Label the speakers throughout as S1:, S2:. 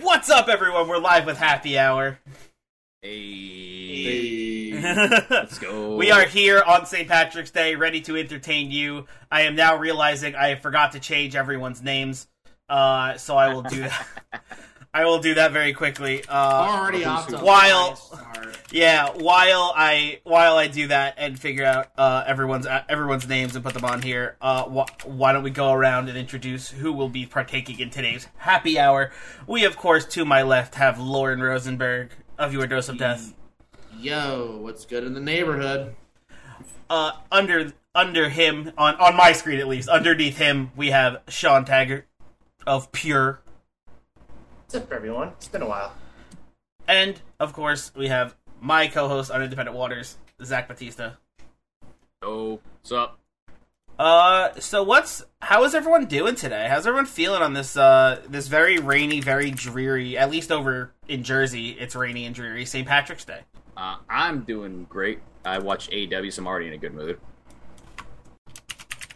S1: What's up, everyone? We're live with Happy Hour. Let's
S2: go.
S1: We are here on St. Patrick's Day, ready to entertain you. I am now realizing I forgot to change everyone's names, uh, so I will do that. I will do that very quickly. Uh,
S3: already off to a
S1: While-
S3: flying start.
S1: yeah, while I while I do that and figure out uh, everyone's uh, everyone's names and put them on here, uh, wh- why don't we go around and introduce who will be partaking in today's happy hour? We, of course, to my left have Lauren Rosenberg of Your Dose of Death.
S3: Yo, what's good in the neighborhood?
S1: Uh, under under him on on my screen at least, underneath him we have Sean Taggart of Pure,
S4: What's up, everyone? It's been a while.
S1: and of course we have my co-host on Independent Waters, Zach Batista.
S2: Oh, what's up?
S1: Uh, so what's how is everyone doing today? How's everyone feeling on this uh this very rainy, very dreary? At least over in Jersey, it's rainy and dreary. St. Patrick's Day.
S2: Uh, I'm doing great. I watched AEW, so I'm already in a good mood.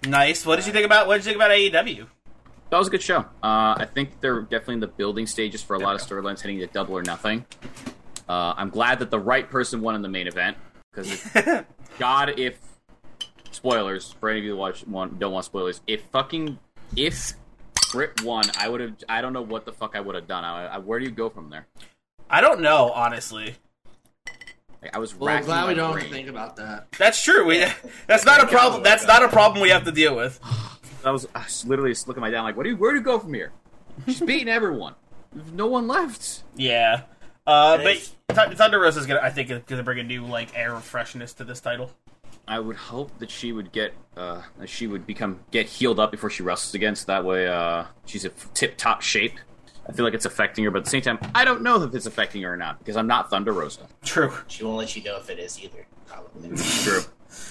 S1: Nice. What did you think about what did you think about E AEW?
S2: That was a good show. Uh, I think they're definitely in the building stages for a lot of storylines heading to Double or Nothing. Uh, I'm glad that the right person won in the main event because God, if spoilers for any of you who watch one don't want spoilers, if fucking if Britt won, I would have. I don't know what the fuck I would have done. I, I, where do you go from there?
S1: I don't know, honestly.
S2: Like, I was
S3: Well,
S2: racking
S3: glad
S2: my
S3: we don't have
S2: brain.
S3: to think about that.
S1: That's true. We that's not a problem. That's not a problem we have to deal with.
S2: I was, I was literally just looking at my dad like, what do you, where do you go from here? She's beating everyone. There's no one left.
S1: Yeah. Uh, but
S4: Nice.
S1: Th- Thunder Rosa's gonna, I think, is gonna bring a new like air of freshness to this title.
S2: I would hope that she would get, uh, that she would become get healed up before she wrestles again, so that way uh, she's in tip top shape. I feel like it's affecting her, but at the same time, I don't know if it's affecting her or not because I'm not Thunder Rosa.
S1: True.
S4: She won't let you know if it is either. Probably.
S2: True,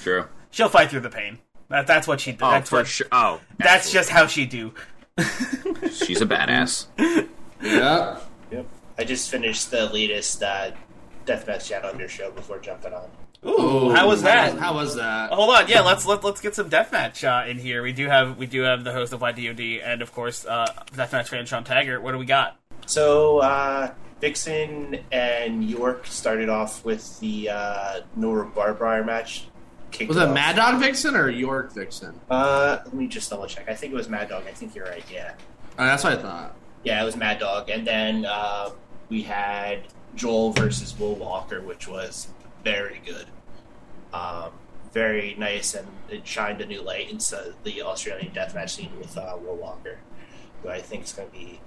S2: true.
S1: She'll fight through the pain. That, that's what she.
S2: Oh,
S1: that's
S2: for
S1: what,
S2: sure. Oh,
S1: That's just how she do.
S2: just she's a badass.
S3: Yep.
S4: yep. I just finished the latest uh, deathmatch chat on your show before jumping on.
S1: Ooh, how was that?
S3: Oh,
S1: Oh
S3: How was that?
S1: Hold on, yeah, let's let, let's get some deathmatch uh, in here. We do have we do have the host of YDOD and of course uh, deathmatch fan Sean Taggart. What do we got?
S4: So uh, Vixen and York started off with the uh, Nora Barbarian match. Kicked
S3: Was it
S4: off-
S3: Mad Dog Vixen or York Vixen?
S4: Uh, let me just double check. I think it was Mad Dog. I think you're right. Yeah,
S3: Oh, that's what I thought.
S4: yeah, it was Mad Dog. And then uh, we had Joel versus Will Walker, which was very good. Um, very nice, and it shined a new light into the Australian deathmatch scene with uh, Will Walker, who I think is going to be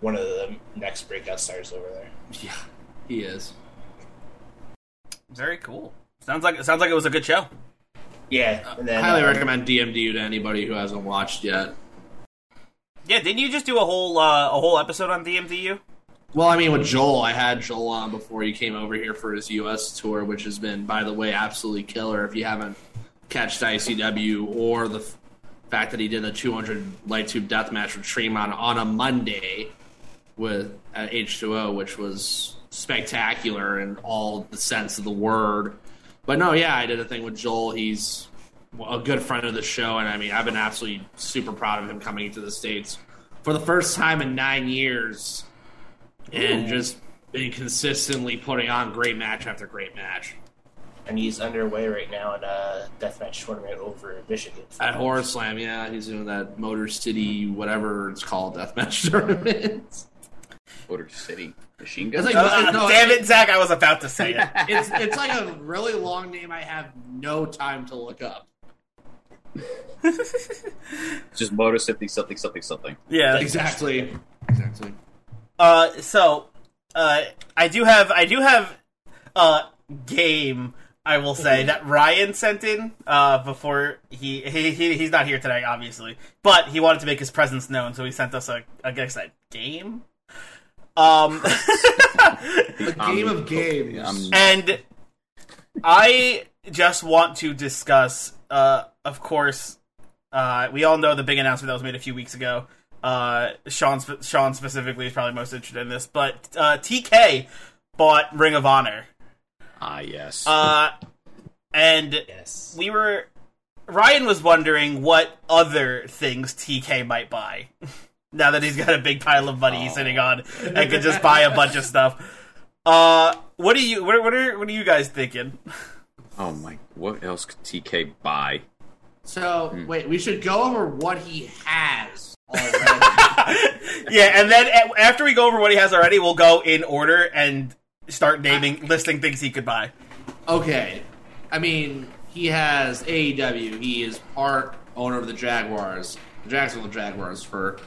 S4: one of the next breakout stars over there.
S3: Yeah, he is.
S1: Very cool. Sounds like it sounds like it was a good show.
S4: Yeah, and then
S3: Highly
S4: uh,
S3: recommend DMDU to anybody who hasn't watched yet.
S1: Yeah, didn't you just do a whole uh, a whole episode on DMDU?
S3: Well, I mean, with Joel, I had Joel on before he came over here for his U.S. tour, which has been, by the way, absolutely killer. If you haven't catched ICW or the f- fact that he did a 200 light tube death match with Tremont on a Monday with at H2O, which was spectacular in all the sense of the word. But no, yeah, I did a thing with Joel. He's a good friend of the show, and I mean, I've been absolutely super proud of him coming to the states for the first time in nine years and just been consistently putting on great match after great match.
S4: and he's underway right now in a deathmatch tournament over in Michigan.
S3: At Horror Slam, yeah, he's doing that Motor City, whatever it's called, deathmatch tournament.
S2: Motor City Machine
S3: It's
S2: Gun.
S3: like,
S1: Uh,
S3: no,
S1: damn it, Zach! I was about to say it.
S3: It's, it's like a really long name I have no time to look up.
S2: It's just Motor City something something something.
S1: Yeah,
S3: Exactly. Exactly.
S1: Uh, so, uh, I do have, I do have, uh, game I will say that Ryan sent in uh, before he, he, he he's not here today, obviously, but he wanted to make his presence known, so he sent us a, I guess that game. Um,
S3: A game of games.
S2: Um,
S1: and I just want to discuss, uh, of course, uh, we all know the big announcement that was made a few weeks ago. Uh, Sean, spe- Sean specifically is probably most interested in this, but uh, TK bought Ring of Honor,
S2: ah, yes.
S1: uh, and
S4: Yes.
S1: we were Ryan was wondering what other things TK might buy. now that he's got a big pile of money he's sitting on and can just buy a bunch of stuff. Uh what do you what, what are what are you guys thinking?
S2: oh my, what else could TK buy?
S3: So
S4: Wait, we should
S3: go over what he has.
S1: yeah, and then a- after we go over what he has already, we'll go in order and start naming listing things he could buy.
S3: Okay. I mean, he has AEW. He is part owner of the Jaguars, the Jacksonville Jaguars for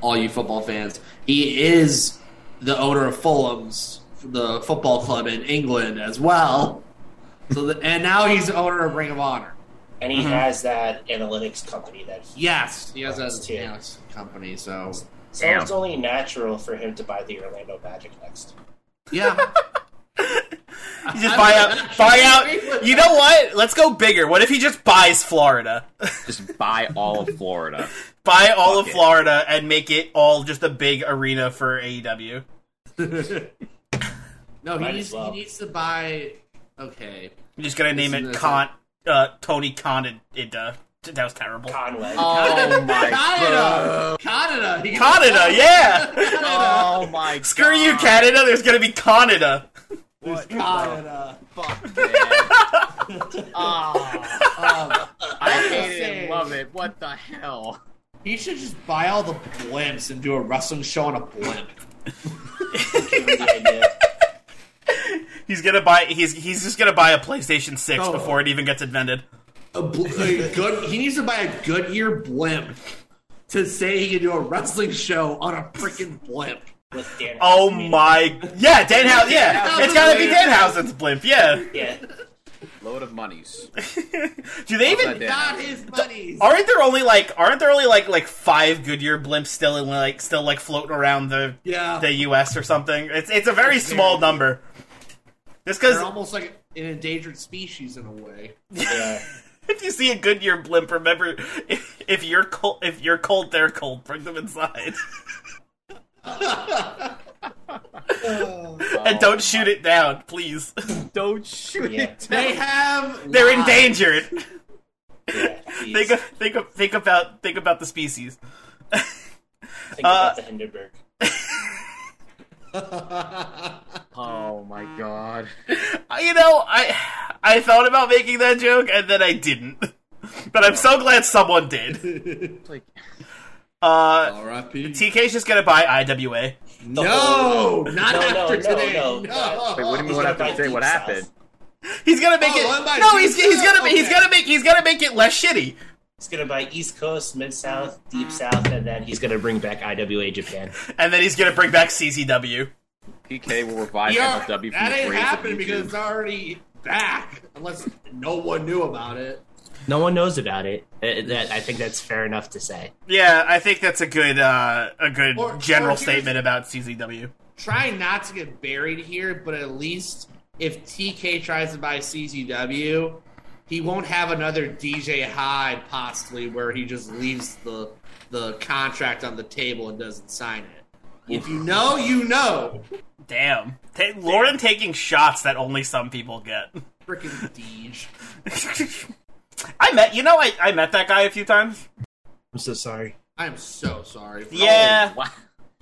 S3: all you football fans. He is the owner of Fulham's, the football club in England as well. So the, and now he's the owner of Ring of Honor.
S4: And he has that analytics company that he.
S3: Yes, he has a
S4: That's it.
S3: yes, company. So
S4: So
S2: Damn.
S4: it's only natural for him to buy the Orlando Magic next.
S3: yeah,
S1: You just
S3: I
S1: buy
S3: would
S1: out
S3: actually
S1: buy
S3: agree with
S1: out You
S3: that.
S1: know what? Let's go bigger. What if he just buys Florida?
S2: Just buy all of Florida.
S1: buy all of
S2: it.
S1: Florida and make it all just a big arena for E AEW.
S3: no, he
S4: Might as
S3: needs,
S4: well.
S3: he needs to buy. Okay,
S1: I'm just gonna name
S3: Isn't
S1: it
S3: this
S1: Con uh, Tony Con and it, uh, that was terrible.
S4: Conway.
S2: Oh my
S3: Canada, Canada, He-
S1: Canada, yeah.
S3: Canada.
S2: Oh my god.
S1: Screw you, Canada. There's gonna be Canada.
S2: What
S3: Canada.
S2: fuck, man?
S3: Um,
S2: I hate it and love it. What the hell?
S3: He should just buy all the blimps and do a wrestling show on a blimp.
S4: The idea.
S1: He's gonna buy. He's he's just gonna buy a PlayStation Six
S3: Oh.
S1: before it even gets invented.
S3: A, bl- a good. He needs to buy a Goodyear blimp to say he can do a wrestling show on a freaking blimp.
S4: with Dan.
S1: Oh
S4: Housen.
S1: my. Yeah, Danhausen. Yeah,
S3: Danhausen's
S1: it's gotta be
S3: blimp.
S1: Danhausen's blimp. Yeah.
S4: Yeah.
S2: Load of monies.
S1: Do they even?
S2: that
S3: Got his money.
S1: Aren't there only like aren't there only like like five Goodyear blimps still in like still like floating around the
S3: Yeah,
S1: the U.S. or something? It's it's a very
S3: It's very-
S1: small number. Just because
S3: they're almost like an endangered species in a way.
S4: Yeah.
S1: If you see a Goodyear blimp, remember if, if you're cold, if you're cold, they're cold. Bring them inside and don't shoot it down, please.
S2: Don't shoot
S4: Yeah.
S2: it.
S3: They have.
S1: They're
S3: lives.
S1: endangered.
S4: yeah. Jeez.
S1: Think of, think of, think about think about the species.
S4: Think about the Hindenburg.
S2: Oh my god.
S1: Uh, You know, I I thought about making that joke and then I didn't, but I'm so glad someone did.
S2: Like,
S1: Uh,
S3: R.I.P.
S1: TK's just gonna buy IWA.
S3: No, not
S4: No, no,
S3: after
S4: no,
S3: today.
S4: no, no.
S2: wait, what do you mean?
S4: He's
S2: What
S4: gonna
S2: happened
S4: buy
S2: today? What
S4: deep south.
S2: happened?
S1: He's gonna make
S3: Oh, I'm
S1: it.
S3: by
S1: No, he's, he's gonna
S3: myself,
S1: he's
S3: okay.
S1: gonna make he's gonna make it less shitty.
S4: He's gonna buy East Coast, Mid South, Deep South, and then he's gonna bring back IWA Japan.
S1: And then he's gonna bring back CCW.
S2: PK will revive
S3: Yeah,
S2: MLW from the
S3: that ain't
S2: graves of
S3: happening
S2: YouTube.
S3: because it's already back. Unless no one knew about it.
S4: No one knows about it. Uh, that- I think that's fair enough to say.
S1: Yeah, I think that's a good uh, a good
S3: Or-
S1: general
S3: or here's-
S1: statement about CZW.
S3: Try not to get buried here, but at least if TK tries to buy CZW, he won't have another DJ Hyde possibly where he just leaves the the contract on the table and doesn't sign it. If you know, you know.
S1: Damn, Ta- Lauren taking shots that only some people get.
S3: Freaking Deej.
S1: I met you know I, I met that guy a few times.
S4: I'm so sorry.
S3: I am so sorry. for-
S1: Yeah,
S2: Wow.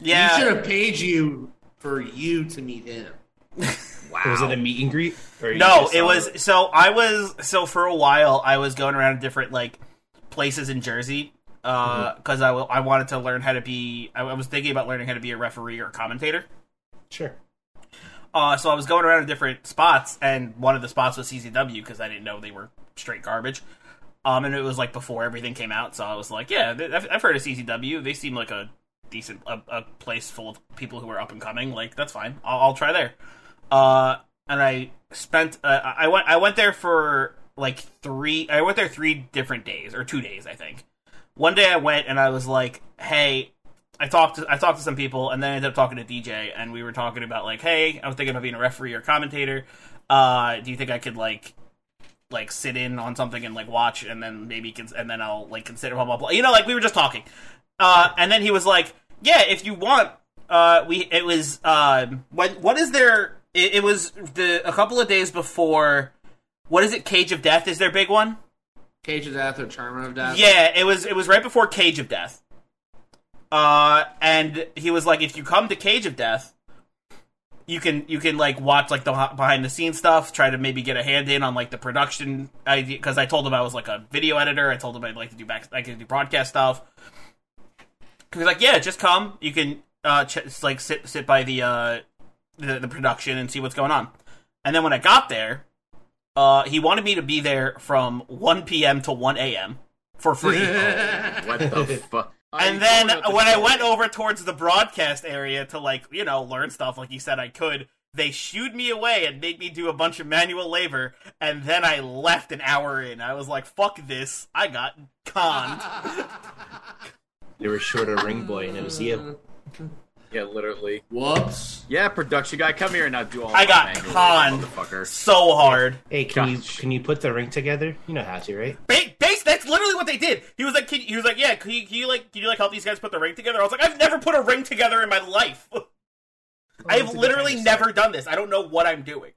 S3: He
S1: yeah.
S3: should have paid you for you to meet him.
S4: Was it a
S2: Wow.
S4: meet and greet? Or you
S1: No,
S4: just
S1: it
S4: saw
S1: was so I was so for a while I was going around to different like places in Jersey because
S4: Mm-hmm.
S1: I I, w- I wanted to learn how to be I, I was thinking about learning how to be a referee or a commentator.
S4: Sure.
S1: Uh, so I was going around to different spots, and one of the spots was CZW because I didn't know they were straight garbage. Um, and it was like before everything came out, so I was like, yeah, th- I've, I've heard of CZW. They seem like a decent a, a place full of people who are up and coming. Like that's fine. I'll, I'll try there. Uh, and I spent. Uh, I I went. I went there for like three. I went there three different days or two days, I think. One day I went and I was like, "Hey." I talked to I talked to some people and then I ended up talking to DJ and we were talking about like, hey, I was thinking about being a referee or commentator. Uh, do you think I could like like sit in on something and like watch and then maybe cons- and then I'll like consider blah blah blah. You know, like we were just talking. Uh, and then he was like, "Yeah, if you want, uh, we it was um what what is there? It, it was the a couple of days before. What is it? Cage of Death is their big one.
S3: Cage of Death or Charmer of Death.
S1: Yeah, it was it was right before Cage of Death. Uh, and he was like, if you come to Cage of Death, you can you can like watch like the ho- behind the scenes stuff, try to maybe get a hand in on like the production idea. Because I told him I was like a video editor. I told him I'd like to do back I could do broadcast stuff. He was like, yeah, just come. You can uh ch- just, like sit sit by the uh the, the production and see what's going on. And then when I got there, uh, he wanted me to be there from 1 p.m. to 1 a.m. for free.
S2: What the fuck?
S1: and then when I went over towards the broadcast area to like you know learn stuff like you said I could, they shooed me away and made me do a bunch of manual labor, and then I left an hour in. I was like, "Fuck this! I got conned."
S4: They were short a ring boy, and it was you.
S2: yeah, literally.
S3: Whoops.
S2: Yeah, production guy, come here and I'll do all.
S1: I got
S2: my manual
S1: conned.
S2: labor, motherfucker.
S1: so hard.
S4: Hey, can
S2: Gosh.
S4: you can you put the ring together? You know how to, right?
S1: Ba- base, that's literally what they did. He was like, can, he was like, yeah, can you, can you like, can you like help these guys put the ring together? I was like, I've never put a ring together in my life. I have
S4: that's a good
S1: literally
S4: way to
S1: never done this. I don't know what I'm doing.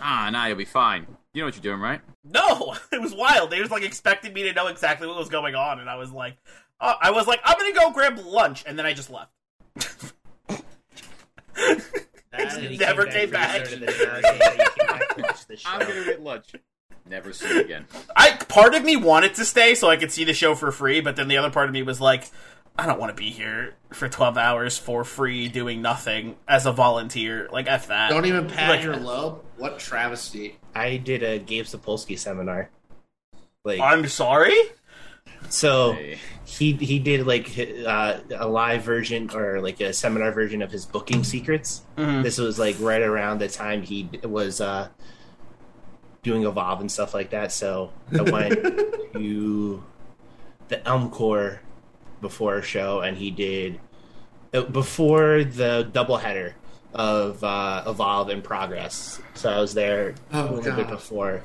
S2: Ah, nah, you'll be fine. You know what you're doing, right?
S1: No, it was wild. They just like expected me to know exactly what was going on, and I was like, uh, I was like, I'm gonna go grab lunch, and then I just left.
S4: That
S1: he never came back.
S4: came back.
S2: get lunch. Never see you again.
S1: I part of me wanted to stay so I could see the show for free, but then the other part of me was like, I don't want to be here for 12 hours for free doing nothing as a volunteer. Like f that.
S3: Don't even pat
S1: Look.
S3: your lobe. What travesty.
S4: I did a Gabe Sapolsky seminar. Like
S1: I'm sorry.
S4: so.
S2: Hey.
S4: he he did like hi- uh, a live version or like a seminar version of his booking secrets. This was like right around the time he d- was uh, doing Evolve and stuff like that. So I went to the Elmcore before a show, and he did uh, before the doubleheader of uh, Evolve and Progress. So I was there
S3: Oh,
S4: a little bit
S3: God.
S4: before,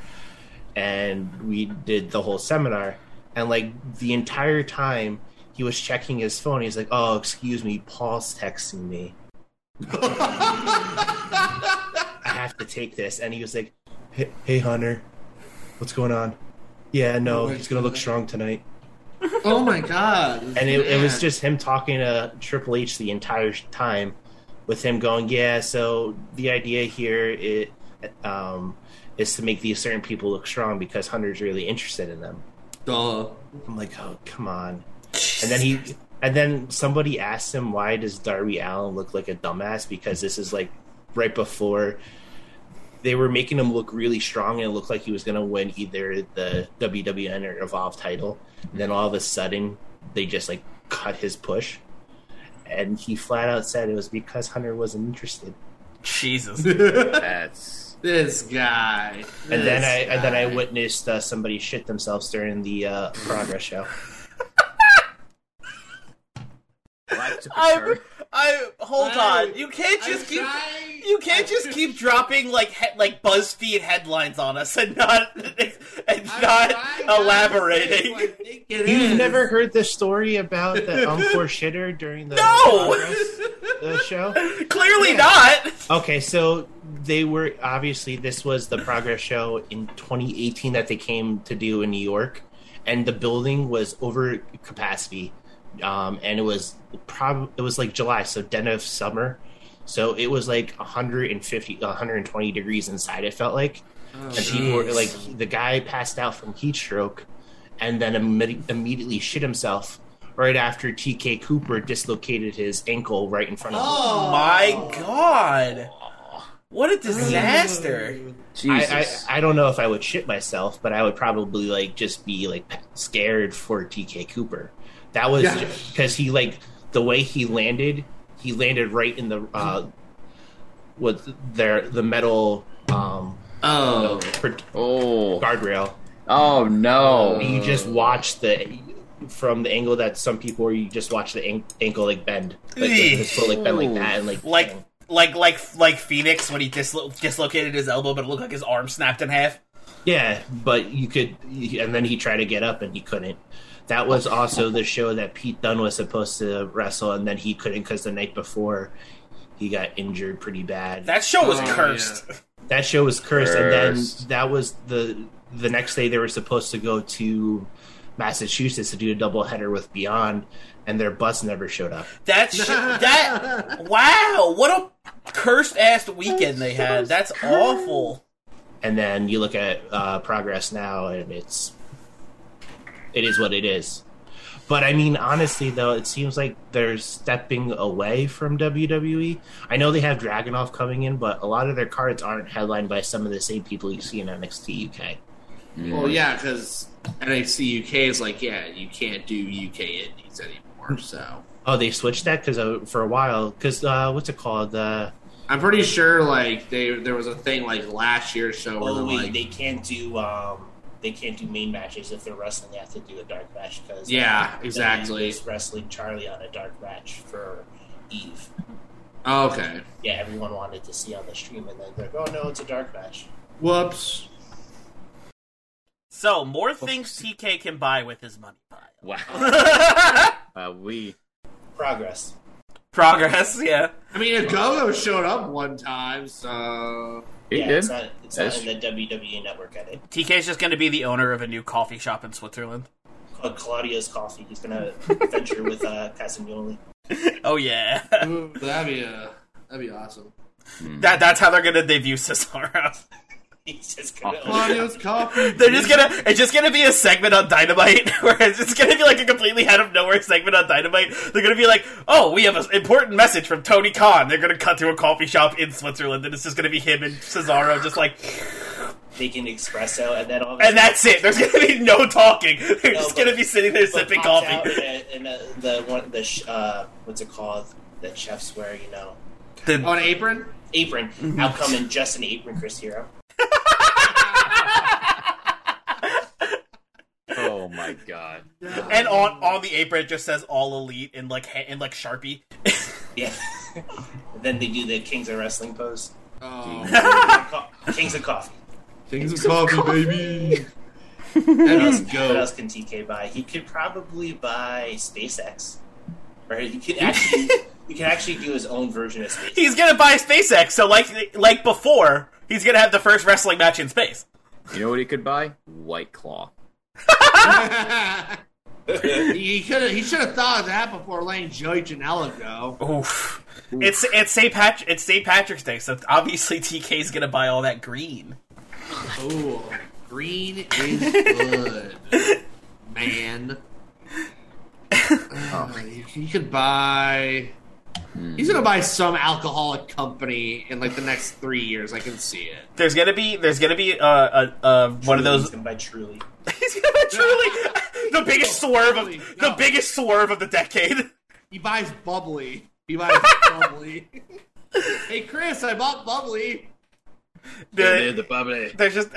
S4: and we did the whole seminar. And like the entire time, he was checking his phone. He's like, "Oh, excuse me, Paul's texting me. I have to take this." And he was like, "Hey, hey Hunter, what's going on?" Yeah, no,
S3: Oh my
S4: he's gonna look
S3: God.
S4: strong tonight.
S3: Oh my god.
S4: And it, it was
S3: Man.
S4: just him talking to Triple H the entire time, with him going, "Yeah, so the idea here it um, is to make these certain people look strong because Hunter's really interested in them."
S3: Duh.
S4: I'm like, "Oh, come on!" And then he, and then somebody asked him, "Why does Darby Allen look like a dumbass?" Because this is like right before they were making him look really strong and it looked like he was going to win either the WWN or Evolve title. And then all of a sudden, they just like cut his push. And he flat out said it was because Hunter wasn't interested.
S1: Jesus.
S2: That's
S3: This guy.
S4: And then
S3: This
S4: I and then I
S3: guy.
S4: witnessed uh, somebody shit themselves during the uh, progress show.
S2: well, I took a
S1: I,
S2: turn.
S1: I hold
S3: I-
S1: on. You can't
S3: I'm
S1: just keep.
S3: trying-
S1: You can't just keep dropping like he- like BuzzFeed headlines on us and not and
S3: I'm
S1: not
S3: trying not to say
S1: elaborating.
S3: what I think it
S4: You've
S3: is.
S4: never heard the story about the Encore shitter during the
S1: No!
S4: Progress, uh, show?
S1: Clearly
S3: Yeah.
S1: not.
S4: Okay, so they were obviously this was the progress show in 2018 that they came to do in New York, and the building was over capacity, um, and it was prob it was like July, so den of summer, so it was like 150, 120 degrees inside. It felt like,
S3: Oh,
S4: and people were
S3: jeez.
S4: like the guy passed out from heat stroke, and then imme- immediately shit himself right after TK Cooper dislocated his ankle right in front of him.
S3: Oh.
S1: My God. What a disaster.
S4: I,
S2: Jesus.
S4: I, I don't know if I would shit myself, but I would probably like just be like p- scared for TK Cooper. That was
S3: Yeah.
S4: because he like the way he landed, he landed right in the uh, with their the metal um
S3: Oh,
S5: per-
S2: Oh.
S5: guardrail.
S2: Oh no.
S5: You just watch the from the angle that some people are. You just watch the an- ankle like bend, like
S1: Eeeh.
S5: the- his foot like bend like that, and like
S1: Like like like like Phoenix when he dislo- dislocated his elbow, but it looked like his arm snapped in half.
S5: yeah. But you could, and then he tried to get up and he couldn't. That was also the show that Pete Dunne was supposed to wrestle, and then he couldn't because the night before he got injured pretty bad.
S1: That show was
S3: Oh,
S1: cursed.
S5: that show was cursed,
S2: Cursed.
S5: and then that was the the next day they were supposed to go to Massachusetts to do a double header with Beyond, and their bus never showed up.
S1: That sh- that wow, what a cursed ass weekend they had. That's awful.
S5: And then you look at uh, Progress now, and it's it is what it is. But I mean, honestly, though, it seems like they're stepping away from WWE. I know they have Dragonov coming in, but a lot of their cards aren't headlined by some of the same people you see in NXT UK.
S3: well, yeah, because NXT UK is like, yeah, you can't do UK indies anymore. So
S5: Oh, they switched that because uh, for a while, because uh, what's it called? Uh,
S3: I'm pretty sure like they there was a thing like last year's show where
S4: Oh
S3: they're
S4: wait,
S3: like,
S4: they can't do um, they can't do main matches if they're wrestling. They have to do a dark match because
S3: yeah, exactly.
S4: Is wrestling Charlie on a dark match for Eve.
S3: Oh, okay,
S4: Yeah, everyone wanted to see on the stream, and then they're like, "Oh no, it's a dark match."
S3: whoops.
S1: So more things TK can buy with his money pile.
S2: Wow. Uh, we.
S4: Progress.
S1: Progress, yeah.
S3: I mean, a go showed up one time, so
S2: He
S4: yeah,
S2: did.
S4: it's not, it's
S2: That's-
S4: not in the WWE network edit.
S1: TK's just gonna be the owner of a new coffee shop in Switzerland.
S4: Called Claudio's Coffee. He's gonna venture with uh, Casagnoli.
S1: Oh yeah.
S3: Ooh, that'd be uh that'd be awesome.
S1: That that's how they're gonna debut Cesaro.
S4: He's just gonna.
S3: Claudio's coffee.
S1: They're just gonna it's just gonna be a segment on Dynamite where it's just gonna be like a completely out of nowhere segment on Dynamite. They're gonna be like, Oh, we have an important message from Tony Khan. They're gonna cut to a coffee shop in Switzerland and it's just gonna be him and Cesaro just like
S4: making espresso, and then all of a
S1: and that's it. There's gonna be no talking. They're just
S4: but-
S1: gonna be sitting there
S4: sudden,
S1: sipping
S4: pops out
S1: coffee.
S4: and, uh, and, uh, the one the sh- uh, what's it called that chefs wear, you know,
S1: The-
S3: on apron.
S4: apron.
S2: Mm-hmm.
S4: I'll come in just an apron, Chris Hero.
S2: Oh my god.
S1: and on on the apron it just says all elite and like ha- and like Sharpie.
S4: Yeah. and then they do the Kings of Wrestling pose.
S3: Oh,
S4: Co- Kings of Coffee.
S3: things of coffee, baby. That is
S4: Hmm. What
S3: go.
S4: else can TK buy? He could probably buy SpaceX, or he could actually he could actually do his own version of SpaceX.
S1: He's gonna buy SpaceX, so like like before, he's gonna have the first wrestling match in space.
S2: You know what he could buy? White Claw.
S3: he could have. He should have thought of that before letting Joey Janela go.
S1: Oof. It's it's St. Pat it's St. Patrick's Day, so obviously TK's gonna buy all that green.
S3: Oh, green is good, man.
S1: Oh.
S3: Uh, he, he could buy. He's gonna buy some alcoholic company in like the next three years. I can see it.
S1: There's gonna be there's gonna be uh, uh, uh one of
S4: He's
S1: those.
S4: gonna buy Truly.
S1: He's gonna be truly the biggest swerve of the
S3: No.
S1: biggest swerve of the decade.
S3: He buys bubbly. He buys bubbly. hey, Chris, I bought bubbly.
S1: The-
S2: bubbly.
S1: there's just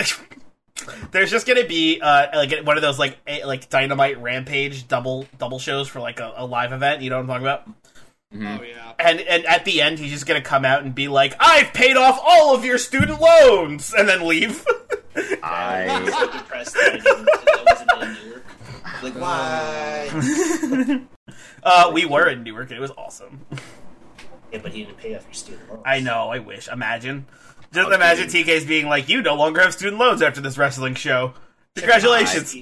S1: there's just gonna be uh like one of those like a, like dynamite rampage double double shows for like a, a live event. You know what I'm talking about?
S3: Oh yeah.
S1: And and at the end, he's just gonna come out and be like, "I've paid off all of your student loans," and then leave.
S4: I'm
S2: I
S4: so depressed that I didn't- that I wasn't in Newark. Like why?
S1: Uh, we were in Newark. and It was awesome.
S4: Yeah, but he didn't pay off your student loans.
S1: I know. I wish. Imagine. Just imagine TK's being like, "You no longer have student loans after this wrestling show. Congratulations."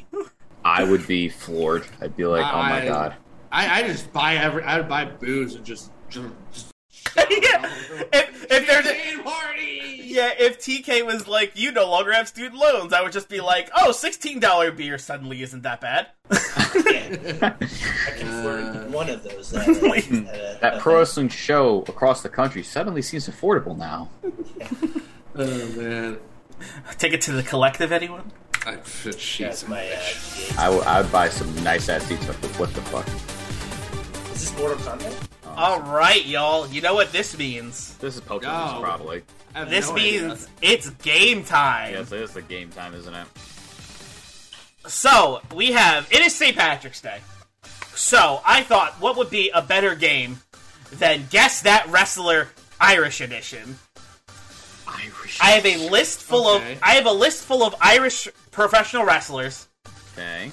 S2: I would be floored. I'd be like, oh my
S3: I-
S2: god.
S3: I, I just buy every. I would buy booze and just. just, just
S1: yeah. If if there's
S3: Champagne party.
S1: yeah, if TK was like, "You no longer have student loans," I would just be like, "Oh, sixteen dollar beer suddenly isn't that bad."
S4: Yeah. I can afford one of those. uh, at a-
S2: That pro wrestling show across the country suddenly seems affordable now.
S3: Oh man.
S1: Take it to the collective, anyone?
S3: I, jeez.
S4: That's my. Uh, DA.
S2: I would, I would buy some nice ass seats. Like, what the fuck?
S4: is this Mortal Kombat?
S2: Oh
S1: All right, y'all. You know what this means?
S2: This is Pokemon,
S3: No.
S2: probably.
S3: I have
S1: This
S3: no idea.
S1: means it's game time.
S2: Yes, it is the game time, isn't it?
S1: So we have it is St. Patrick's Day. So I thought what would be a better game than guess that wrestler Irish edition.
S2: Irish.
S1: I have a list full
S3: Okay.
S1: of I have a list full of Irish professional wrestlers,
S2: Okay.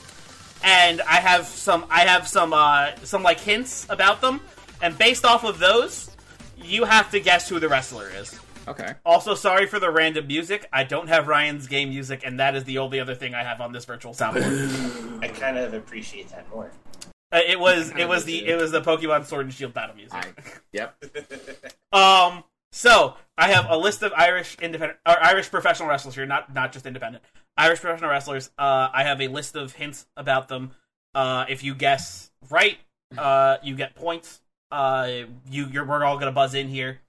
S1: and I have some I have some uh, some like hints about them, and based off of those, you have to guess who the wrestler is.
S2: Okay.
S1: Also, sorry for the random music. I don't have Ryan's game music, and that is the only other thing I have on this virtual soundboard.
S4: I kind of appreciate that more.
S1: Uh, it was it was the it was the Pokemon Sword and Shield battle music.
S2: I, yep.
S1: Um. So I have a list of Irish independent or Irish professional wrestlers here, not not just independent Irish professional wrestlers. Uh, I have a list of hints about them. Uh, if you guess right, uh, you get points. Uh, you you're we're all gonna buzz in here,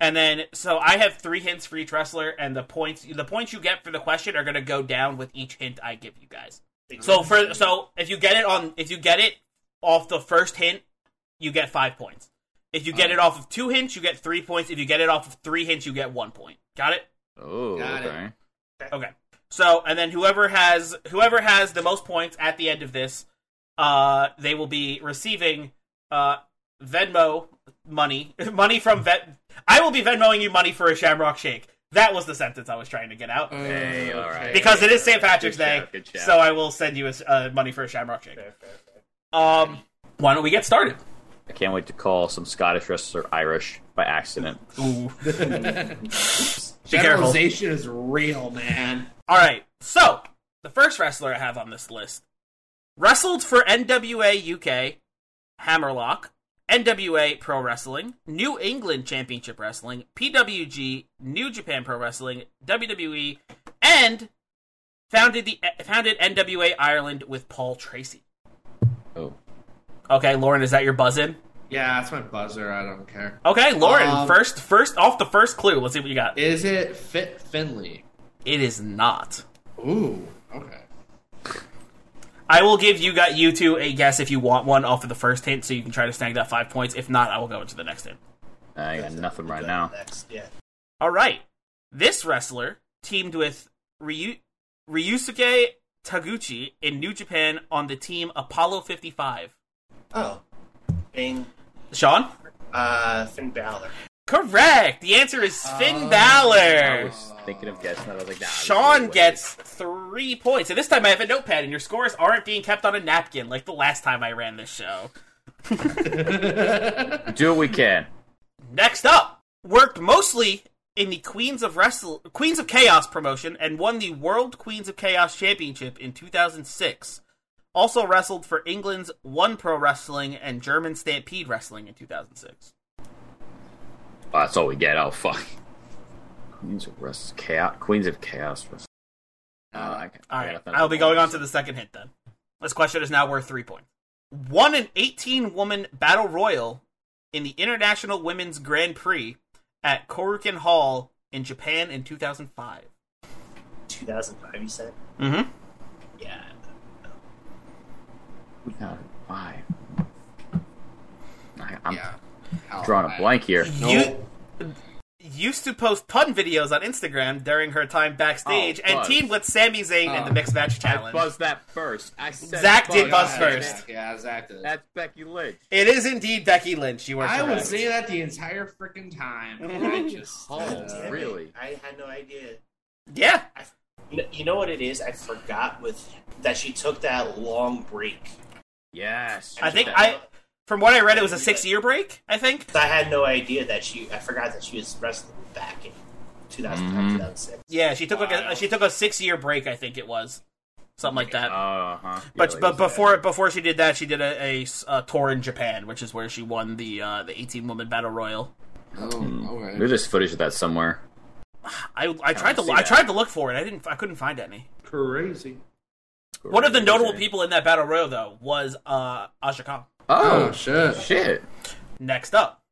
S1: and then so I have three hints for each wrestler, and the points the points you get for the question are gonna go down with each hint I give you guys. So for so if you get it on if you get it off the first hint, you get five points. If you get it off of two hints, you get three points. If you get it off of three hints, you get one point. Got it?
S2: Oh,
S3: Got it.
S2: okay.
S1: Okay. So and then whoever has whoever has the most points at the end of this, uh, they will be receiving uh Venmo money money from Vet. I will be Venmoing you money for a Shamrock Shake. That was the sentence I was trying to get out
S3: Uh,
S2: Hey, all right.
S1: because it is St. Patrick's
S2: Good
S1: Day.
S2: shout, good shout.
S1: so I will send you a s uh, money for a Shamrock Shake.
S4: Fair, fair, fair.
S1: Um, why don't we get started?
S2: I can't wait to call some Scottish wrestler Irish by accident.
S1: Ooh. Be careful.
S3: Generalization is real, man.
S1: All right. So the first wrestler I have on this list wrestled for NWA UK, Hammerlock, NWA Pro Wrestling, New England Championship Wrestling, PWG, New Japan Pro Wrestling, WWE, and founded the founded NWA Ireland with Paul Tracy.
S2: Oh.
S1: Okay, Lauren, is that your buzz in?
S3: Yeah, that's my buzzer. I don't care.
S1: Okay, Lauren,
S3: Um,
S1: first first off the first clue. Let's see what you got.
S3: Is it Fit Finley?
S1: It is not.
S3: Ooh, okay.
S1: I will give you got you two a guess if you want one off of the first hint, so you can try to snag that five points. If not, I will go into the next hint.
S2: I got nothing right
S4: Go
S2: now.
S4: Next, yeah.
S1: All right, this wrestler teamed with Ryu- Ryusuke Taguchi in New Japan on the team Apollo 55.
S4: Oh, Finn,
S1: Sean,
S4: uh, Finn Balor.
S1: correct. The answer is Finn Balor.
S2: I Oh, was thinking of guessing. I was like, nah. there's no
S1: Sean
S2: way.
S1: gets three points, and this time I have a notepad, and your scores aren't being kept on a napkin like the last time I ran this show.
S2: We Do what we can.
S1: Next up, worked mostly in the Queens of Wrestle Queens of Chaos promotion and won the World Queens of Chaos Championship in 2006. Also wrestled for England's One Pro Wrestling and German Stampede Wrestling in 2006.
S2: Oh, that's all we get. Oh fuck. Queens of Rust Chaos. Queens of Chaos. Rust. Uh, I,
S1: All right, I'll be going on to the second hint then. This question is now worth three points. Won an 18 woman battle royal in the International Women's Grand Prix at Korukan Hall in Japan in 2005.
S4: 2005, you said?
S1: Mm-hmm.
S4: Yeah.
S2: No, why? I, I'm
S3: Yeah. Hell,
S2: drawing a
S3: I-
S2: blank here.
S1: You used to post pun videos on Instagram during her time backstage
S2: Oh,
S1: and
S2: buzz.
S1: teamed with Sami Zayn in the
S3: Oh.
S1: Mixed Match
S2: I
S1: Challenge.
S2: buzzed that first. I said
S1: Zach did
S3: God,
S1: buzz first.
S3: Zach, Oh, Yeah, Zach did.
S2: That's Becky Lynch.
S1: It is indeed Becky Lynch. You were
S3: I
S1: correct.
S3: was saying that the entire freaking time. and I just.
S2: Oh,
S3: uh,
S4: Damn it.
S2: really?
S4: I had no idea.
S1: Yeah.
S4: You know- You know what it is? I forgot with that she took that long break.
S2: Yes.
S1: I think
S4: Yeah.
S1: I from what I read it was a 6-year break, I think.
S4: I had no idea that she. I forgot that she was wrestling back in 2005,
S2: Mhm.
S4: 2006.
S1: Yeah, she took like
S3: Wow.
S1: a she took a 6-year break, I think it was. Something like that.
S2: Uh huh.
S1: but but before before she did that, she did a, a s- a tour in Japan, which is where she won the uh, the 18 woman battle royal.
S3: Oh,
S2: there's
S3: okay.
S2: just footage of that somewhere.
S1: I I tried to
S2: see
S1: I
S2: that.
S1: tried to look for it. I didn't I couldn't find any.
S3: Crazy.
S1: One of the notable people in that battle royal, though, was uh, Asha Khan.
S2: Oh,
S3: Oh, shit.
S2: shit.
S1: Next up,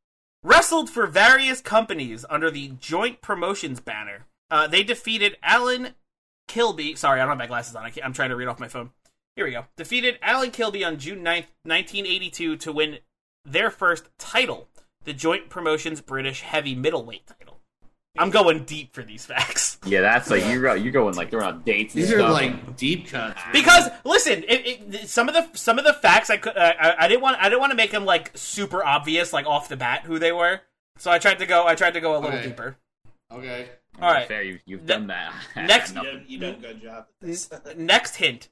S1: wrestled for various companies under the Joint Promotions banner. Uh, they defeated Alan Kilby. Sorry, I don't have my glasses on. I can't, I'm trying to read off my phone. Here we go. Defeated Alan Kilby on June 9th, 1982 to win their first title, the Joint Promotions British Heavy Middleweight title. I'm going deep for these facts.
S2: Yeah, that's like you're you're going like they're on dates. And
S3: These are
S2: stuff.
S3: like deep cuts.
S1: Because listen, it, it, some of the some of the facts I could I, I- I didn't want I didn't want to make them like super obvious like off the bat who they were. So I tried to go I tried to go a little
S3: Okay.
S1: deeper.
S3: Okay.
S1: All right.
S2: fair. You, you've
S1: Ne-
S2: done that.
S1: next-
S4: You
S2: Nothing.
S4: done- you done a good job. At this.
S1: Next hint.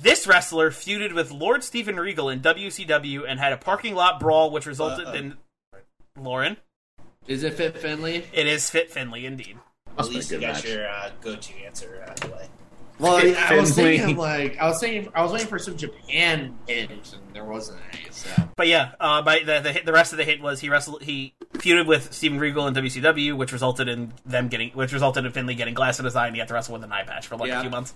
S1: This wrestler feuded with Lord Steven Regal in WCW and had a parking lot brawl which resulted
S4: Uh-oh.
S1: in Lauren.
S3: Is it Fit Finley?
S1: It is Fit Finley indeed.
S2: Must
S4: At
S2: be a
S4: least you
S2: good
S4: got
S2: match.
S4: your uh, go-to answer out of the way.
S3: Well, I, I was
S2: Finley.
S3: thinking like I was thinking I was waiting for some Japan hint, and there wasn't any. So
S1: But yeah, uh, by the, the hit- the rest of the hit was he wrestled he feuded with Steven Regal in WCW, which resulted in them getting which resulted in Finley getting glass in his eye, and he had to wrestle with an eye patch for like a
S3: Yeah.
S1: few months.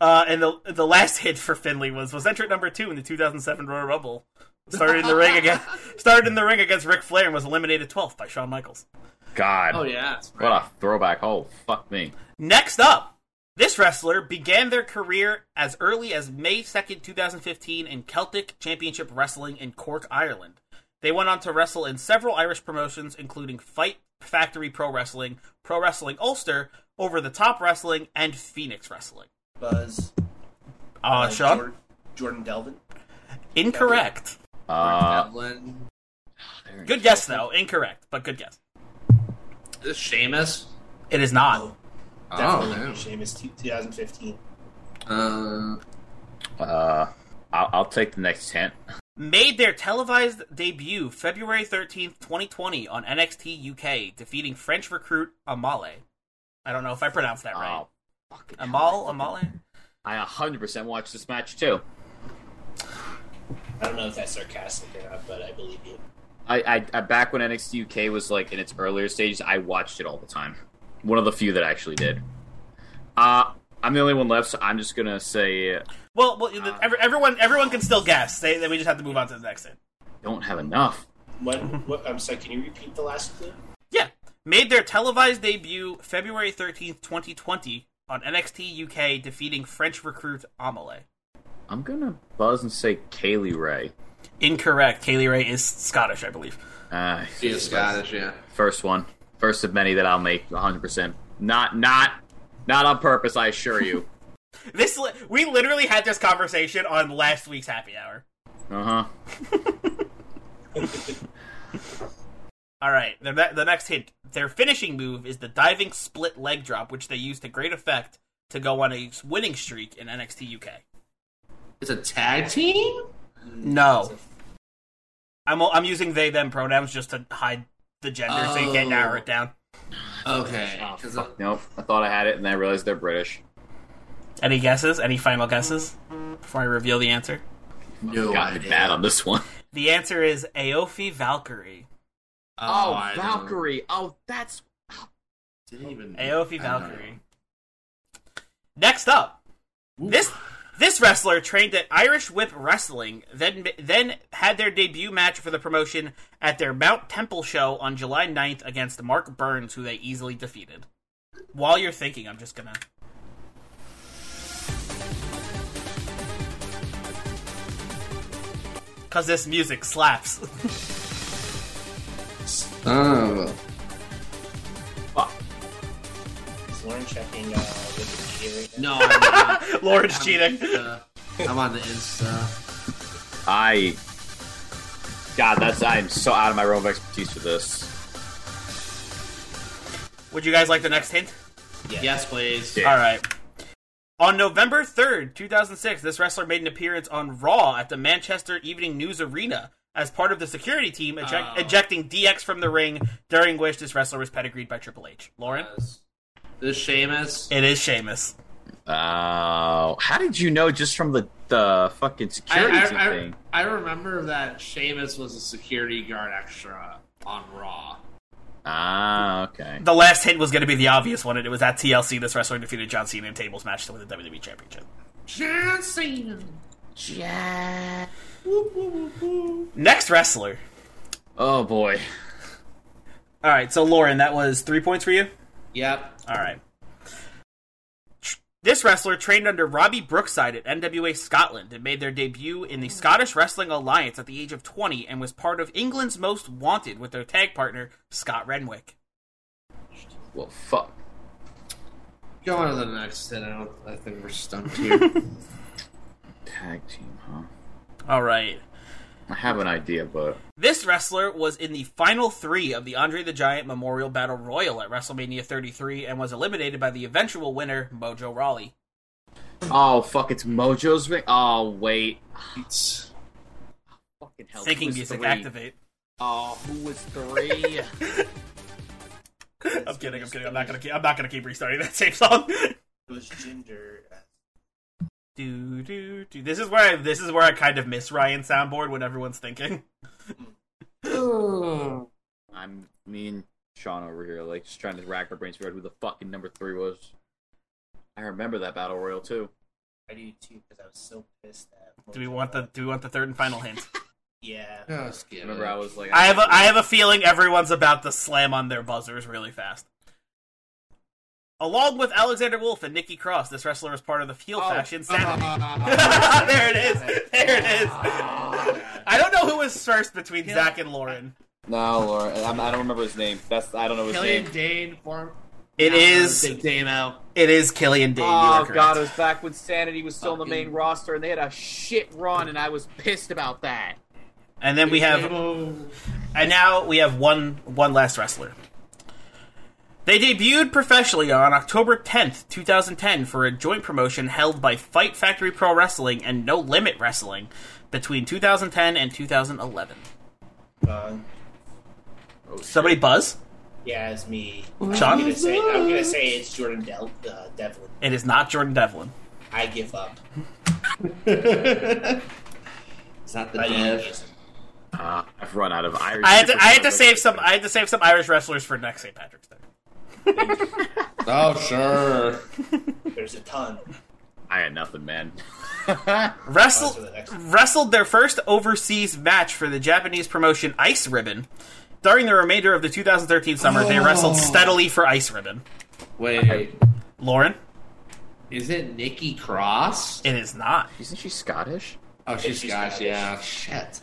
S1: Uh, and the the last hit for Finley was was entrant number two in the 2007 Royal Rumble. Started in the ring against started in the ring against Ric Flair and was eliminated 12th by Shawn Michaels.
S2: God,
S3: oh yeah,
S2: what a throwback! Oh fuck me.
S1: Next up, this wrestler began their career as early as May 2nd, 2015 in Celtic Championship Wrestling in Cork, Ireland. They went on to wrestle in several Irish promotions, including Fight Factory Pro Wrestling, Pro Wrestling Ulster, Over the Top Wrestling, and Phoenix Wrestling.
S4: Buzz.
S1: Uh,
S4: uh,
S1: Sean?
S4: Jordan, Jordan Delvin.
S1: Incorrect.
S2: Uh,
S3: Devlin,
S1: Good guess, though. Incorrect, but good guess.
S3: Is this Seamus.
S1: It is not.
S3: Oh,
S4: Seamus, t- 2015.
S3: no. uh,
S2: uh, I'll, I'll take the next hint.
S1: Made their televised debut February 13th, 2020 on NXT UK, defeating French recruit Amale. I don't know if I pronounced that right.
S2: Oh, fucking hell.
S1: Amal, Amale?
S2: I 100% watched this match too.
S4: I don't know if that's sarcastic or not, but I believe you.
S2: I, I, I back when NXT UK was like in its earlier stages, I watched it all the time. One of the few that actually did. Uh, I'm the only one left, so I'm just gonna say uh,
S1: Well, well the- every, everyone everyone can still guess. They, they, we just have to move on to the next thing.
S2: don't have enough.
S4: What, what? I'm sorry. Can you repeat the last clue?
S1: Yeah. Made their televised debut February 13th, 2020 on NXT UK, defeating French recruit Amale.
S2: I'm gonna buzz and say Kaylee Ray.
S1: Incorrect. Kaylee Ray is Scottish, I believe.
S2: Uh,
S3: she is Scottish, yeah.
S2: first one, first of many that I'll make 100%. Not not not on purpose, I assure you.
S1: This li- we literally had this conversation on last week's happy hour.
S2: Uh huh.
S1: All right. The, ne- the next hint. Their finishing move is the diving split leg drop, which they used to great effect to go on a winning streak in NXT UK.
S3: It's a tag team.
S1: No. I'm I'm using they them pronouns just to hide the gender so you can't
S3: Oh.
S1: narrow it down.
S3: Okay,
S2: Oh,
S3: 'cause
S2: fuck, nope. I thought I had it, and then I realized they're British.
S1: Any guesses? Any final guesses before I reveal the answer?
S3: I- no
S2: Got me
S3: idea.
S2: bad on this one.
S1: The answer is Aofi Valkyrie.
S3: Oh, I don't-
S2: Oh, that's
S3: Didn't even.
S1: Aofi
S3: I don't
S1: E Valkyrie. Next up,
S3: know. Ooh.
S1: this this wrestler trained at Irish Whip Wrestling, then then had their debut match for the promotion at their Mount Temple show on July 9th against Mark Burns, who they easily defeated. While you're thinking, I'm just gonna. Cause this music slaps.
S3: Oh.
S4: Is Lauren checking uh, Wikipedia right now?
S3: No, I'm,
S1: Lauren's
S3: I'm,
S1: cheating.
S3: uh, I'm on the Insta.
S2: I. God, that's I am so out of my realm of expertise for this.
S1: Would you guys like the next hint?
S3: Yes, please.
S2: Yeah.
S1: All right. On November 3rd, 2006, this wrestler made an appearance on Raw at the Manchester Evening News Arena as part of the security team eject-
S3: Oh.
S1: ejecting DX from the ring, during which this wrestler was pedigreed by Triple H. Lauren?
S3: Yes. This Seamus.
S1: It is Sheamus.
S2: Oh, how did you know just from the the fucking security
S3: I,
S2: team
S3: I, I,
S2: thing?
S3: I remember that Seamus was a security guard extra on Raw.
S2: Ah, okay.
S1: The last hint was going to be the obvious one, and it was at TLC. This wrestler defeated John Cena in a tables match to win the WWE Championship.
S3: John Cena.
S1: Next wrestler.
S2: Oh boy.
S1: All right, so Lauren, that was three points for you?
S3: Yep.
S1: All right. Tr- This wrestler trained under Robbie Brookside at NWA Scotland and made their debut in the Scottish Wrestling Alliance at the age of 20 and was part of England's Most Wanted with their tag partner, Scott Renwick.
S2: Well, fuck.
S3: Go on to the next, and I don't. I think we're stumped here.
S2: Tag team, huh?
S1: All right.
S2: I have an idea, but
S1: This wrestler was in the final three of the Andre the Giant Memorial Battle Royal at WrestleMania 33 and was eliminated by the eventual winner, Mojo Rawley.
S2: oh fuck, it's Mojo's ring. Oh wait,
S3: It's-
S2: fucking hell. who
S1: Thinking
S2: was
S1: music,
S2: three?
S1: activate.
S2: Oh, who was three?
S1: I'm kidding. I'm kidding. I'm not gonna. Keep, I'm not gonna keep restarting that same song.
S4: It was uh, gender.
S1: do do do. This is where I, this is where I kind of miss Ryan's soundboard when everyone's thinking.
S2: I'm me and Sean over here, like just trying to rack our brains figure out who the fucking number three was. I remember that battle royal too.
S4: I do too because I was so pissed at.
S1: Do we want the Do we want the third and final hint?
S4: Yeah.
S3: Oh, skip
S2: I remember I
S3: it.
S2: was like,
S1: I have a, I have a feeling everyone's about to slam on their buzzers really fast. Along with Alexander Wolf and Nikki Cross, this wrestler is part of the heel
S2: Oh.
S1: faction Sanity. there it is. There it is. I don't know who was first between Zach and Lauren.
S2: no, Laura. I'm, I don't remember his name. That's I don't know his
S3: Killian
S2: name.
S3: Dane form.
S1: It is
S3: Big Dame out.
S1: it is Killian Dane. you are
S2: Oh
S1: correct.
S2: god, it was back when Sanity was still in the main
S3: Fucking-
S2: roster, and they had a shit run, and I was pissed about that.
S1: And then we have
S3: Damo.
S1: And now we have one one last wrestler. They debuted professionally on October 10th, 2010 for a joint promotion held by Fight Factory Pro Wrestling and No Limit Wrestling between 2010 and 2011.
S4: Um,
S1: Somebody buzz?
S4: yeah, it's me. I'm
S1: Sean?
S4: gonna say. I'm gonna say it's Jordan Del- uh, Devlin.
S1: It is not Jordan Devlin.
S4: I give up.
S3: Is that the
S4: I don't
S3: dev?
S4: use him.
S2: Uh, I've run out of Irish.
S1: I had to, I had to save some I had to save some Irish wrestlers for next St. Patrick's Day.
S3: Oh sure.
S4: There's a ton.
S2: I had nothing, man.
S1: Wrestle,
S4: Oh, so the next-
S1: wrestled their first overseas match for the Japanese promotion Ice Ribbon. During the remainder of the 2013 summer, they wrestled steadily for Ice Ribbon.
S3: Wait,
S1: Lauren,
S3: is it Nikki Cross?
S1: it is not.
S2: Isn't she Scottish?
S3: Oh, she's
S4: she's
S3: Scottish.
S4: Scottish.
S3: Yeah. Shit.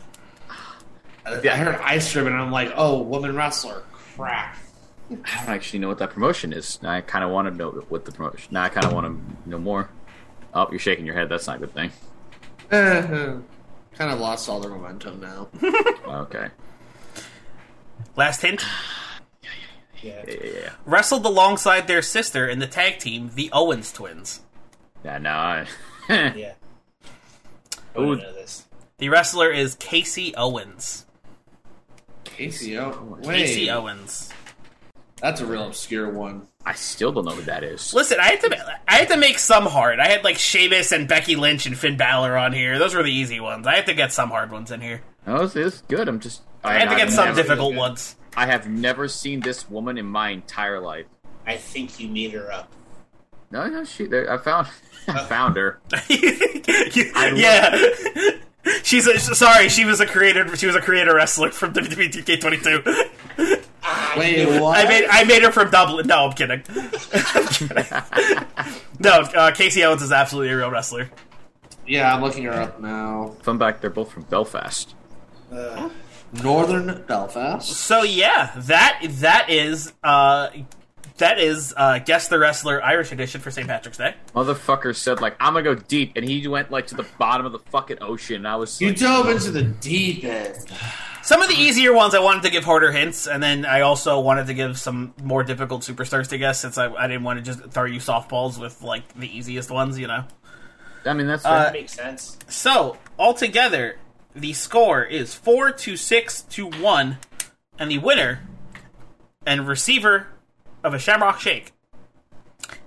S3: I I heard ice ribbon. I'm like, oh, woman wrestler. Crap.
S2: I don't actually know what that promotion is. I kind of want to know what the promotion. Now I kind of want to know more. Oh, you're shaking your head. That's not a good thing.
S3: Uh-huh. kind of lost all their momentum now.
S2: Okay.
S1: Last hint
S4: Yeah.
S2: Yeah, yeah, yeah.
S1: wrestled alongside their sister in the tag team, the Owens twins.
S2: Yeah, no. I...
S4: Yeah. I
S2: Ooh.
S4: wouldn't know this.
S1: The wrestler is Casey Owens.
S3: Casey, oh,
S1: Casey
S3: wait,
S1: Owens.
S3: that's a real obscure one.
S2: I still don't know who that is.
S1: Listen, I had to I had to make some hard. I had like Sheamus and Becky Lynch and Finn Balor on here. Those were the easy ones. I had to get some hard ones in here.
S2: No, this is good. I'm just.
S1: I had to get some
S2: never,
S1: difficult
S3: good.
S1: ones.
S2: I have never seen this woman in my entire life.
S4: I think you made her up.
S2: No, no, she. There, I found. I found her.
S1: You think- you-
S2: I love-
S1: yeah. She's a, sorry. She was a creator. She was a creator wrestler from E WWE 2K22.
S3: Wait, what?
S1: I made I made her from Dublin. No, I'm kidding. I'm kidding. no, uh, Casey Owens is absolutely a real wrestler.
S3: Yeah, I'm looking her up now.
S2: Fun back. They're both from Belfast.
S4: Ugh.
S3: Northern Belfast.
S1: So yeah, that that is uh, that is uh, guess the wrestler Irish edition for St. Patrick's Day.
S2: Motherfucker said like I'm gonna go deep, and he went like to the bottom of the fucking ocean. And I was
S3: You
S2: like,
S3: dove into the deep end.
S1: Some of the easier ones I wanted to give harder hints, and then I also wanted to give some more difficult superstars to guess since I, I didn't want to just throw you softballs with like the easiest ones, you know.
S2: I mean that's
S4: That
S1: Uh,
S2: fair.
S4: makes sense.
S1: So altogether, the score is four to six to one, and the winner and receiver of a Shamrock Shake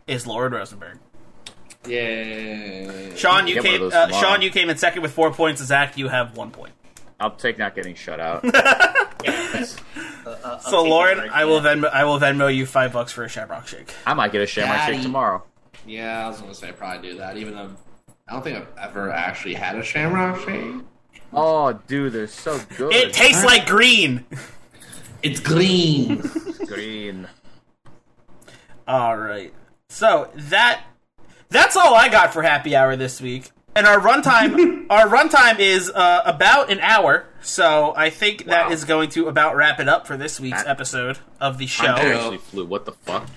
S1: is Lord Rosenberg.
S3: Yeah.
S1: Sean, you
S2: Get one of
S1: came.
S2: those
S1: Uh,
S2: tomorrow.
S1: Sean, you came in second with four points. Zach, you have one point.
S2: I'll take not getting shut out.
S4: Uh, uh, I'll
S1: So
S4: take
S1: Lauren,
S4: the break,
S1: I will
S4: yeah.
S1: Venmo, I will Venmo you five bucks for a Shamrock Shake.
S2: I might get a share my shake
S3: Daddy.
S2: tomorrow.
S3: Yeah, I was gonna say I probably do that, even though I don't think I've ever actually had a shamrock shake.
S2: Oh, dude, they're so good.
S1: It tastes like green.
S3: It's green.
S2: green.
S1: All right. So that That's all I got for happy hour this week. And our runtime, our runtime is uh, about an hour. So I think that
S2: Wow.
S1: is going to about wrap it up for this week's
S2: That-
S1: episode of the
S2: I
S1: show.
S2: actually flew. What the fuck?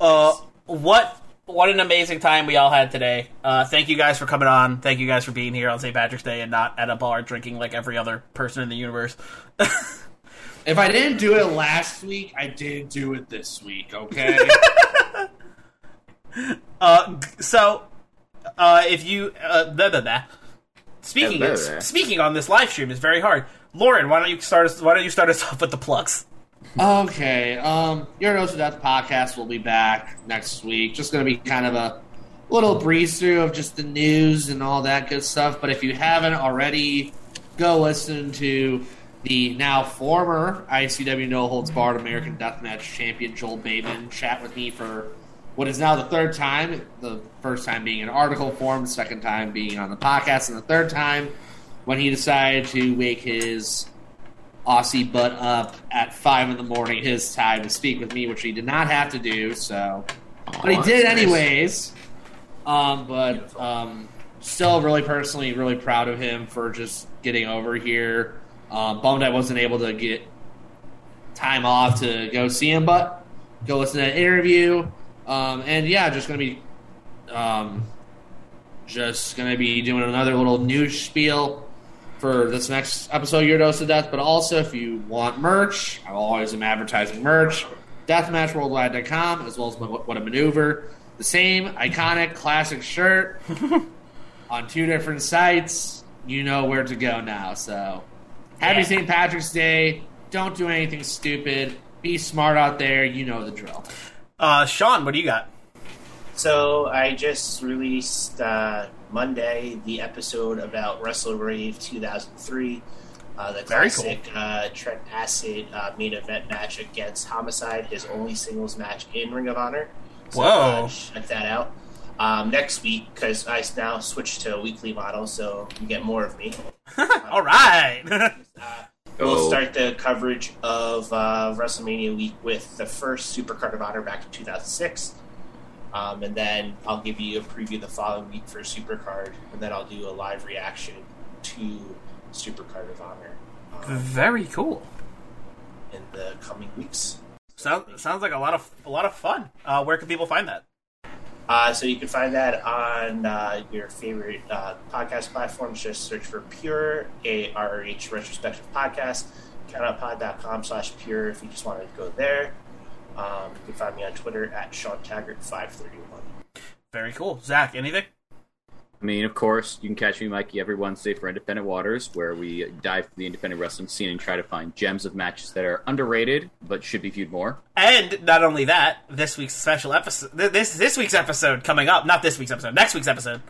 S1: Uh, what what an amazing time we all had today. Uh, thank you guys for coming on. Thank you guys for being here on St. Patrick's Day and not at a bar drinking like every other person in the universe.
S3: If I didn't do it last week, I did do it this week. Okay.
S1: Uh, g- so, uh, if you uh, blah, blah, blah. speaking
S2: Yeah, blah, blah.
S1: speaking on this live stream is very hard. Lauren, why don't you start us? Why don't you start us off with the plugs?
S3: Okay. Um, Your Nose to Death podcast will be back next week. Just going to be kind of a little breeze through of just the news and all that good stuff. But if you haven't already, go listen to the now former ICW No Holds Barred American Deathmatch champion Joel Bateman chat with me for what is now the third time. The first time being in article form, the second time being on the podcast, and the third time when he decided to wake his Aussie butt up at five in the morning his time to speak with me, which he did not have to do. So, but he
S2: Aw,
S3: did
S2: that's nice.
S3: anyways. Um, but um, still, really personally, really proud of him for just getting over here. Um, bummed I wasn't able to get time off to go see him, but go listen to that interview. Um, and yeah, just gonna be um, just gonna be doing another little news spiel for this next episode of Your Dose of Death. But also, if you want merch, I always am advertising merch. Deathmatchworldwide.com, as well as What What a Maneuver. The same iconic classic shirt on two different sites. You know where to go now. So, happy
S1: Yeah.
S3: St. Patrick's Day. Don't do anything stupid. Be smart out there. You know the drill.
S1: Uh, Sean, what do you got?
S4: So I just released uh, Monday the episode about Wrestle Rave 2003, uh, the
S1: Very
S4: classic uh, Trent Acid uh, main event match against Homicide, his only singles match in Ring of Honor. So,
S1: Whoa.
S4: uh, check that out. Um, next week, because I s- now switched to a weekly model, so you get more of me.
S1: All right.
S4: Uh,
S2: Oh.
S4: We'll start the coverage of uh, WrestleMania week with the first Supercard of Honor back in 2006. Um, and then I'll give you a preview the following week for Supercard. And then I'll do a live reaction to Supercard of Honor um,
S1: very cool.
S4: in the coming weeks.
S1: Sounds sounds like a lot of a lot of fun. Uh, where can people find that?
S4: Uh, so you can find that on uh, your favorite uh, podcast platforms. Just search for Pure, A-R-H, Retrospective Podcast, countoutpod.com slash pure if you just want to go there. Um, you can find me on Twitter at Sean Taggart531.
S1: Very cool. Zach, anything?
S2: I mean, of course, you can catch me, Mikey, every Wednesday for Independent Waters, where we dive through the independent wrestling scene and try to find gems of matches that are underrated but should be viewed more.
S1: And not only that, this week's special episode, th- this this week's episode coming up, not this week's episode, next week's episode,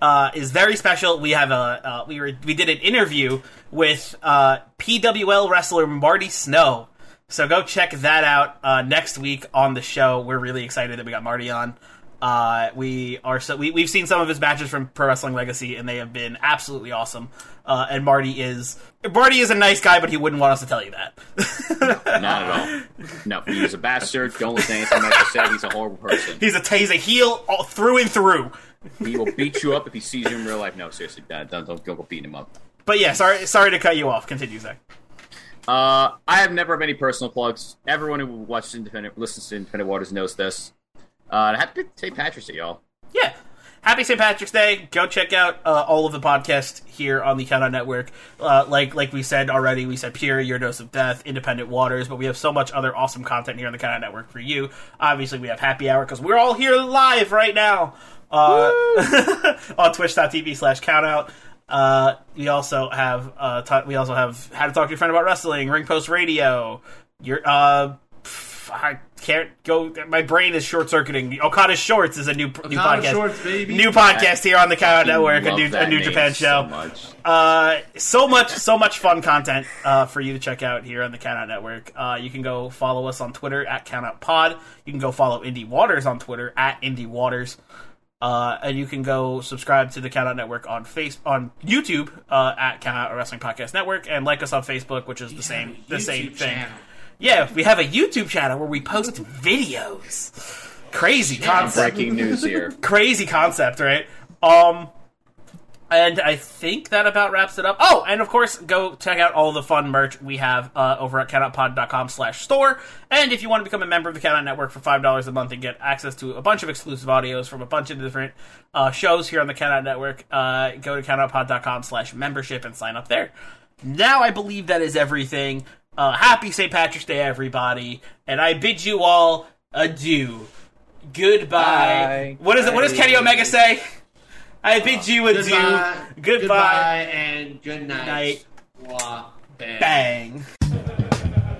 S1: uh, is very special. We have a uh, we were we did an interview with uh, PWL wrestler Marty Snow, so go check that out uh, next week on the show. We're really excited that we got Marty on. Uh, we are so we, we've seen some of his matches from Pro Wrestling Legacy, and they have been absolutely awesome. Uh, and Marty is Marty is a nice guy, but he wouldn't want us to tell you that.
S2: Not at all. No, he's a bastard. Don't listen to anything Mikey said. He's a horrible person.
S1: He's a he's a heel all through and through.
S2: He will beat you up if he sees you in real life. No, seriously, don't don't, don't go beating him up.
S1: But yeah, sorry sorry to cut you off. Continue, Zach.
S2: Uh, I have never many personal plugs. Everyone who watches Independent, listens to Independent Waters knows this. Uh, happy St. Patrick's Day, y'all.
S1: Yeah. Happy St. Patrick's Day. Go check out uh, all of the podcasts here on the Countdown Network. Uh, like like we said already, we said Pure, Your Dose of Death, Independent Waters, but we have so much other awesome content here on the Countdown Network for you. Obviously, we have Happy Hour because we're all here live right now uh, on twitch.tv slash countout. Uh, we also have uh, ta- we also have How to Talk to Your Friend About Wrestling, Ring Post Radio, your uh, pff, I can't go. My brain is short circuiting. Okada Shorts is a new new
S3: Okada
S1: podcast,
S3: Shorts, baby.
S1: new podcast here on the Kyle Network, a
S2: Love
S1: new a
S2: that
S1: New
S2: name
S1: Japan
S2: So
S1: show.
S2: much.
S1: Uh, so much, so much fun content uh, for you to check out here on the Countout Network. Uh, you can go follow us on Twitter at Countout Pod. You can go follow Indie Waters on Twitter at Indie Waters. Uh, and you can go subscribe to the Countout Network on face on YouTube uh, at Countout Wrestling Podcast Network, and like us on Facebook, which is the same the same
S3: YouTube
S1: thing.
S3: channel.
S1: Yeah, we have a YouTube channel where we post videos. Crazy concept.
S2: Breaking news here.
S1: Crazy concept, right? Um, and I think that about wraps it up. Oh, and of course, go check out all the fun merch we have uh, over at countoutpod.com slash store. And if you want to become a member of the Countout Network for $5 a month and get access to a bunch of exclusive audios from a bunch of different uh, shows here on the Countout Network, uh, go to countoutpod.com slash membership and sign up there. Now I believe that is everything. Uh, happy St. Patrick's Day, everybody. And I bid you all adieu. Goodbye.
S2: Bye.
S1: What is it? What does Kenny Omega say? I bid you adieu.
S3: Goodbye.
S1: Goodbye.
S3: Goodbye and good night.
S1: Night.
S3: Wah, bang.
S1: Bang.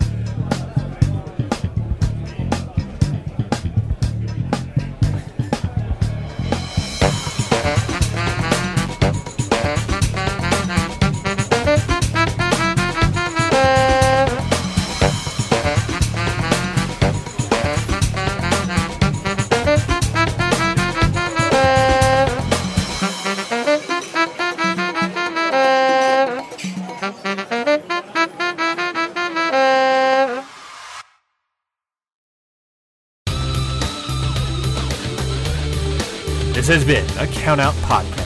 S6: This has been a Countout Podcast.